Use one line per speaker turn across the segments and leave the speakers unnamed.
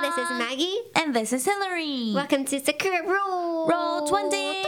This is Maggie.
And this is Hillary.
Welcome to Secret Mm. Roll.
Roll 20.
20.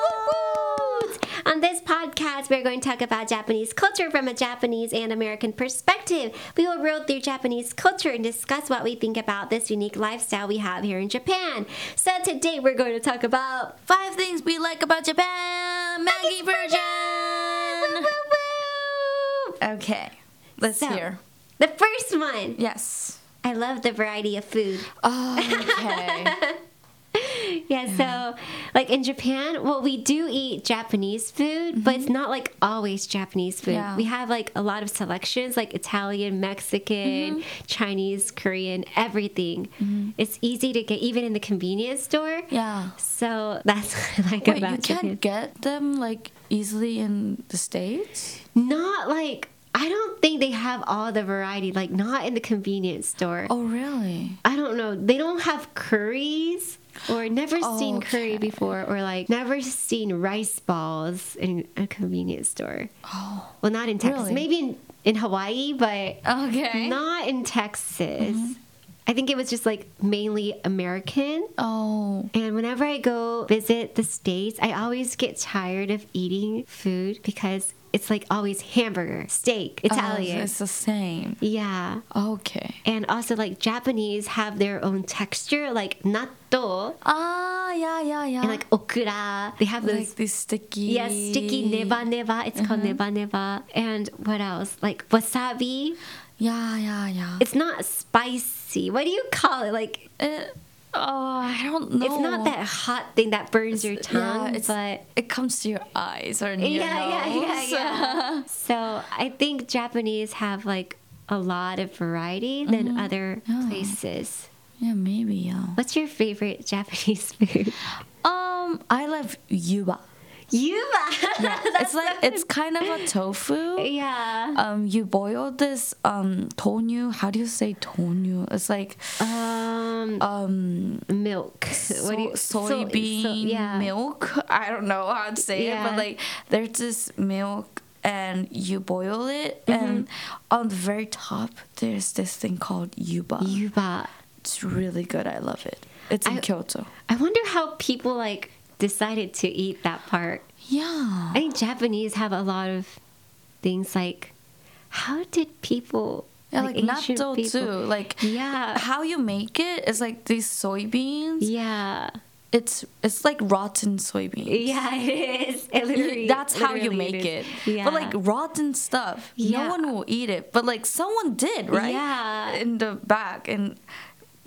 Woo-hoo. On this podcast, we're going to talk about Japanese culture from a Japanese and American perspective. We will roll through Japanese culture and discuss what we think about this unique lifestyle we have here in Japan. So today, we're going to talk about
Five things we like about Japan. Maggie version.
woo-woo.
Okay. Let's
So-
hear.
the first one.
Yes.
I love the variety of food.
okay.
Yeah, so like in Japan, well, we do eat Japanese food, but it's not like always Japanese food.
Mm-hmm. Yeah.
We have like a lot of selections like Italian,
Mm-hmm.
Mexican, Chinese, Korean, everything. It's easy to get even in the convenience store.
Yeah.
So that's what I like
Wait,
about
you
Japan.
can't get them like easily in the States?
Not like I don't think they have all the variety, like not in the convenience store.
Oh, really?
I don't know. They don't have curries or never seen curry
Okay.
before or like Oh, never seen rice balls in a convenience store.
Oh.
Well, not in Texas.
Really?
Maybe in, in Hawaii, but
Okay.
not in Texas. I think it was just like mainly American.
Oh.
And whenever I go visit the States, I always get tired of eating food because it's like always hamburger, steak, Italian.
Oh, it's the same.
yeah.
Okay.
And also, like Japanese have their own texture, like natto
Ah, yeah, yeah, yeah.
and like okura. They have those
like Uh-huh. this sticky.
yeah sticky neva neva. It's called neva neva. And what else? Like wasabi.
Yeah, yeah, yeah.
It's not spicy. What do you call it? Like
It, oh, I don't know.
it's not that hot thing that burns your
It's- yeah,
tongue,
it's-
but.
It comes to your eyes or near
Yeah, yeah, yeah,
nose.
yeah. so I think Japanese have like a lot of variety than
Mm-hmm.
other
Yeah.
places.
Yeah, maybe. Yeah.
What's your favorite Japanese food?
Um, I love yuba.
Yuba.
Yeah, it's like it's kind of a tofu.
yeah.
Um, you boil this um tonu. How do you say tonu? It's like
Um,
um
milk.
so, soybean milk. I don't know how to say it,
Yeah.
but like there's this milk and you boil it,
Mm-hmm.
and on the very top there's this thing called yuba.
Yuba.
It's really good. I love it. It's in
I-
Kyoto.
I wonder how people like decided to eat that part.
Yeah.
I think Japanese have a lot of things like, how did people
Yeah, like,
ancient
natto
people-
too. Like
Yeah.
how you make it is like these soybeans.
Yeah.
It's it's like rotten soybeans.
Yeah, it is. It literally,
You- that's how you
literally
make it.
is. Yeah.
But like rotten stuff,
Yeah.
no one will eat it. But like someone did, right?
Yeah. e-
In the back, and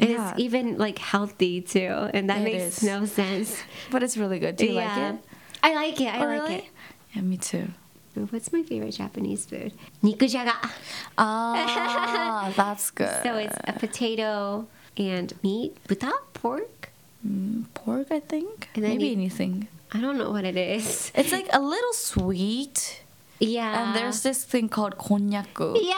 And
yeah.
it's even like healthy too, and that
It
makes
is.
no sense.
but it's really good. Do you like it?
I like it. I
Oh,
like
really?
it.
Yeah, me too.
Ooh, What's my favorite Japanese food? Nikujaga.
Ah, that's good.
So it's a potato and meat, buta, pork.
Mm, pork, I think.
And then
Maybe
you-
anything.
I don't know what it is.
It's like a little sweet,
Yeah.
and there's this thing called konnyaku.
Yeah,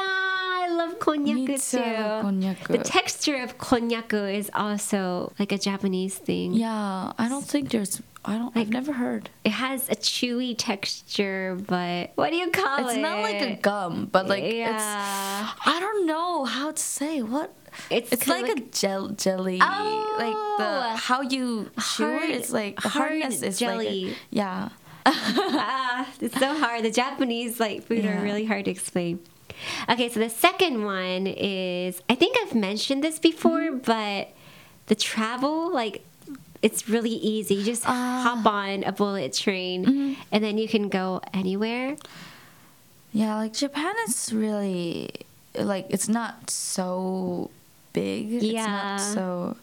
I love konnyaku
Me too, I love konnyaku.
The texture of konnyaku is also like a Japanese thing.
Yeah, I don't think there's. I don't. I've
Like-
never heard.
It has a chewy texture, but what do you call
It's
it?
not like a gum, but like
Yeah.
it's. I don't know how to say what.
It's
It's,
kinda
like, a gel jelly, like
Oh!
the how you
Hard-
chew it. It's like the
hard
hardness is like
jelly.
a, yeah.
ah, it's so hard. The Japanese like food are
Yeah.
really hard to explain. Okay, so the second one is I think I've mentioned this before,
Mm-hmm.
but the travel like it's really easy. You just
Ah. Mm-hmm.
hop on a bullet train and then you can go anywhere.
Yeah, like Japan is really like it's not so big. It's
Yeah.
not so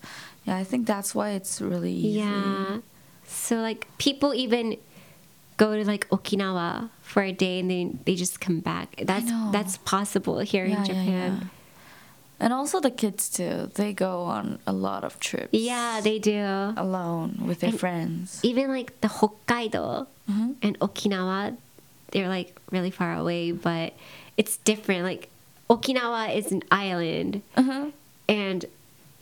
yeah, I think that's why it's really easy.
Yeah. So like people even go to like Okinawa for a day and then they just come back. That's
know.
that's possible here
Yeah,
in
yeah,
Japan.
yeah. And also the kids too. They go on a lot of trips.
yeah they do.
alone with their
And-
friends.
even like the Hokkaido
Mhm.
and Okinawa, they're like really far away, but it's different. Like Okinawa is an island,
Uh-huh.
and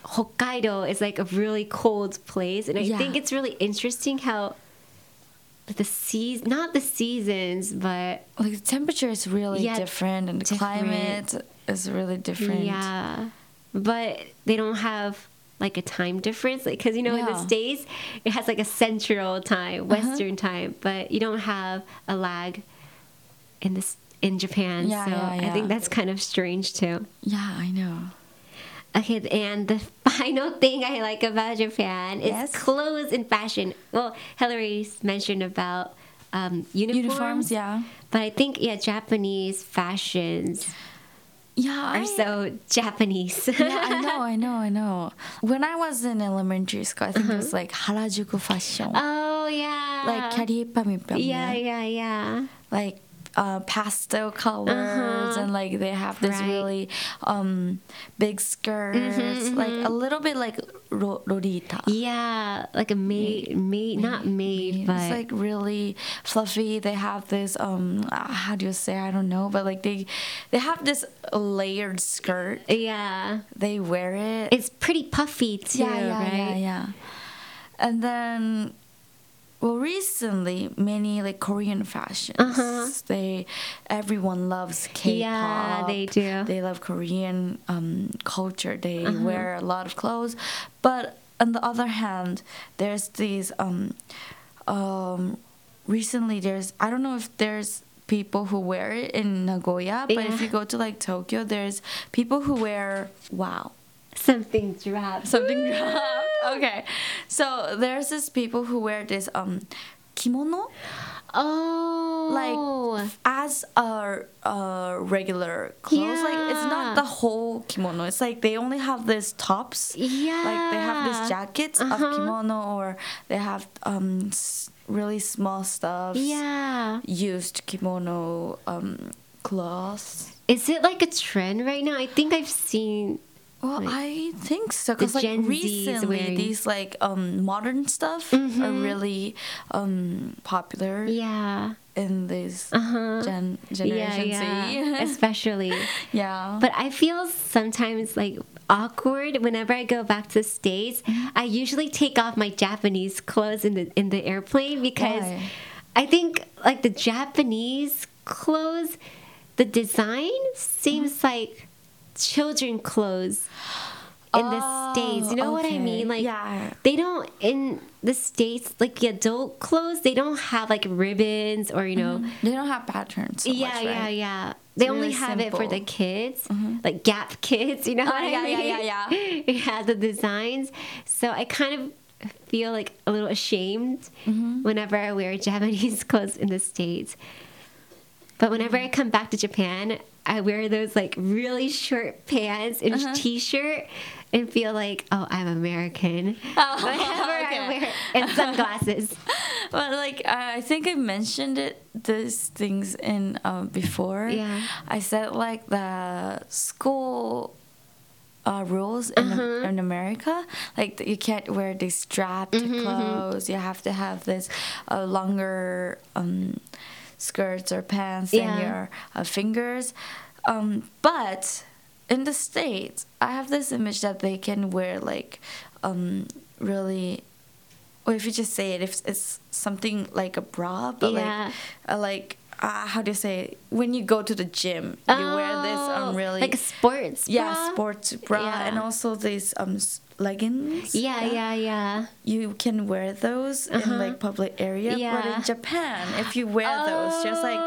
Hokkaido is like a really cold place, and I
Yeah.
think it's really interesting how the seas not the seasons, but
Like the temperature is really
Yeah,
different and the
different.
climate is really different.
yeah, but they don't have like a time difference because you know in the
Yeah. Uh-huh.
states it has like a central time western time but you don't have a lag in this in japan
Yeah,
so
yeah,
i
yeah.
think that's kind of strange too
Yeah, I know.
Okay, and the final thing I like about Japan is
Yes.
clothes and fashion. Well, Hillary's mentioned about um, uniforms,
Uniforms, yeah.
but I think yeah, Japanese fashions
Yeah,
are
I,
so Japanese.
yeah, I know, I know, I know. When I was in elementary school, I think it
Uh-huh.
was like Harajuku fashion,
oh yeah,
like kariepami
yeah, yeah, yeah,
like uh, pastel colors,
Uh-huh.
and like they have this
Right. Mm-hmm,
really um, big skirts, like a little bit like ro- Lolita.
yeah, like a maid, maid, not maid, but
it's like really fluffy they have this um uh, how do you say i don't know but like they they have this layered skirt
yeah,
they wear it
it's pretty puffy too,
yeah yeah yeah
right?
yeah and then well recently many like korean fashions
Uh-huh.
they everyone loves k-pop
Yeah, they do. Uh-huh.
they love korean um culture they wear a lot of clothes but on the other hand there's these um um recently there's i don't know if there's people who wear it in nagoya but if
Yeah.
you go to like tokyo there's people who wear wow
Something drops.
something dropped. Okay, so there's this people who wear this um kimono like
Oh,
as a uh, regular clothes. Like it's not
Yeah.
the whole kimono. It's like they only have these tops. like they have
Yeah.
these jackets
Uh-huh.
of kimono, or they have um s- really small stuff.
yeah.
used kimono um cloths.
Is it like a trend right now? I think I've seen.
Well,
Like,
I think so because
the
like
Gen Zs
recently
wearing-
these like um modern stuff are really um popular
Mm-hmm. Yeah.
in this
Uh-huh.
gen generation
yeah, yeah.
Z.
especially.
yeah.
But I feel sometimes like awkward whenever I go back to states.
Mm-hmm.
I usually take off my Japanese clothes in the in the airplane because
Why?
I think like the Japanese clothes, the design seems
Uh-huh.
like children clothes in the states. You know what I
Oh, okay.
mean? Like
yeah.
they don't in the states like the adult clothes they don't have like ribbons or you know
They don't have patterns. So
yeah
much,
yeah
right?
yeah they
It's
only
really
have it for the
simple. Mm-hmm. Oh,
kids like gap kids you know what I
yeah, yeah,
mean?
yeah,
yeah the designs so i kind of feel like a little ashamed
Mm-hmm.
whenever i wear japanese clothes in the states but whenever
Mm-hmm.
i come back to japan i wear those like really short pants and
Uh-huh.
t-shirt and feel like oh i'm american
Oh,
whatever I
okay.
wear and sunglasses.
But like I I think I mentioned it these things in um, before.
Yeah.
I said like the school uh, rules in,
Mm-hmm.
in America, like that you can't wear these strapped
Mm-hmm,
clothes. You have to have this uh, longer um, skirts or pants
Yeah.
than your uh, fingers. Um, but in the states, I have this image that they can wear like um, really or if you just say it, if it's something like a bra, but
Yeah.
like, uh, like uh, how do you say it? When you go to the gym, you wear this
Oh,
um really
like a sports
yeah
bra?
sports bra
Yeah.
and also these um s- leggings.
Yeah, yeah, yeah.
You can wear those in like public area, but
Yeah.
in Japan, if you wear those, just like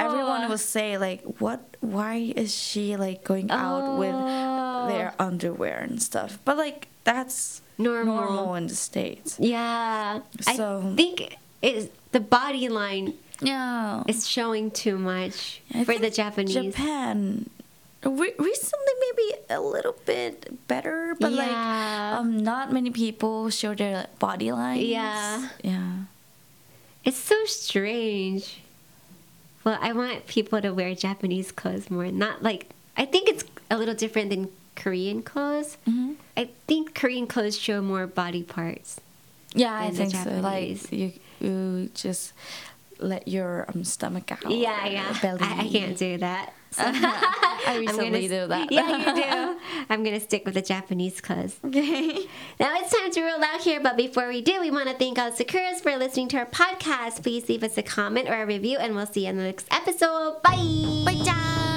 everyone
Oh.
will say like, what? Why is she like going out with their underwear and stuff? But like that's
Oh. Normal.
normal in the states.
Yeah. I
So-
think it's the body line
Yeah.
is showing too much
I
for the
think
Japanese.
Japan re- recently maybe a little bit better, but
Yeah.
like um, not many people show their body lines.
Yeah.
yeah,
It's so strange. Well, I want people to wear Japanese clothes more, not like I think it's a little different than Korean clothes.
Mhm.
I think Korean clothes show more body parts.
yeah. I
Than the
think so.
Japanese.
Like you, you just let your um, stomach out.
Yeah,
or
yeah.
Belly.
I, I can't do that. So
I
I'm gonna
recently do
s-
that.
Yeah, you do. I'm gonna stick with the Japanese cause. Okay. Now it's time to roll out here, but before we do, we want to thank all Sakuras for listening to our podcast. Please leave us a comment or a review, and we'll see you in the next episode. Bye. Bye.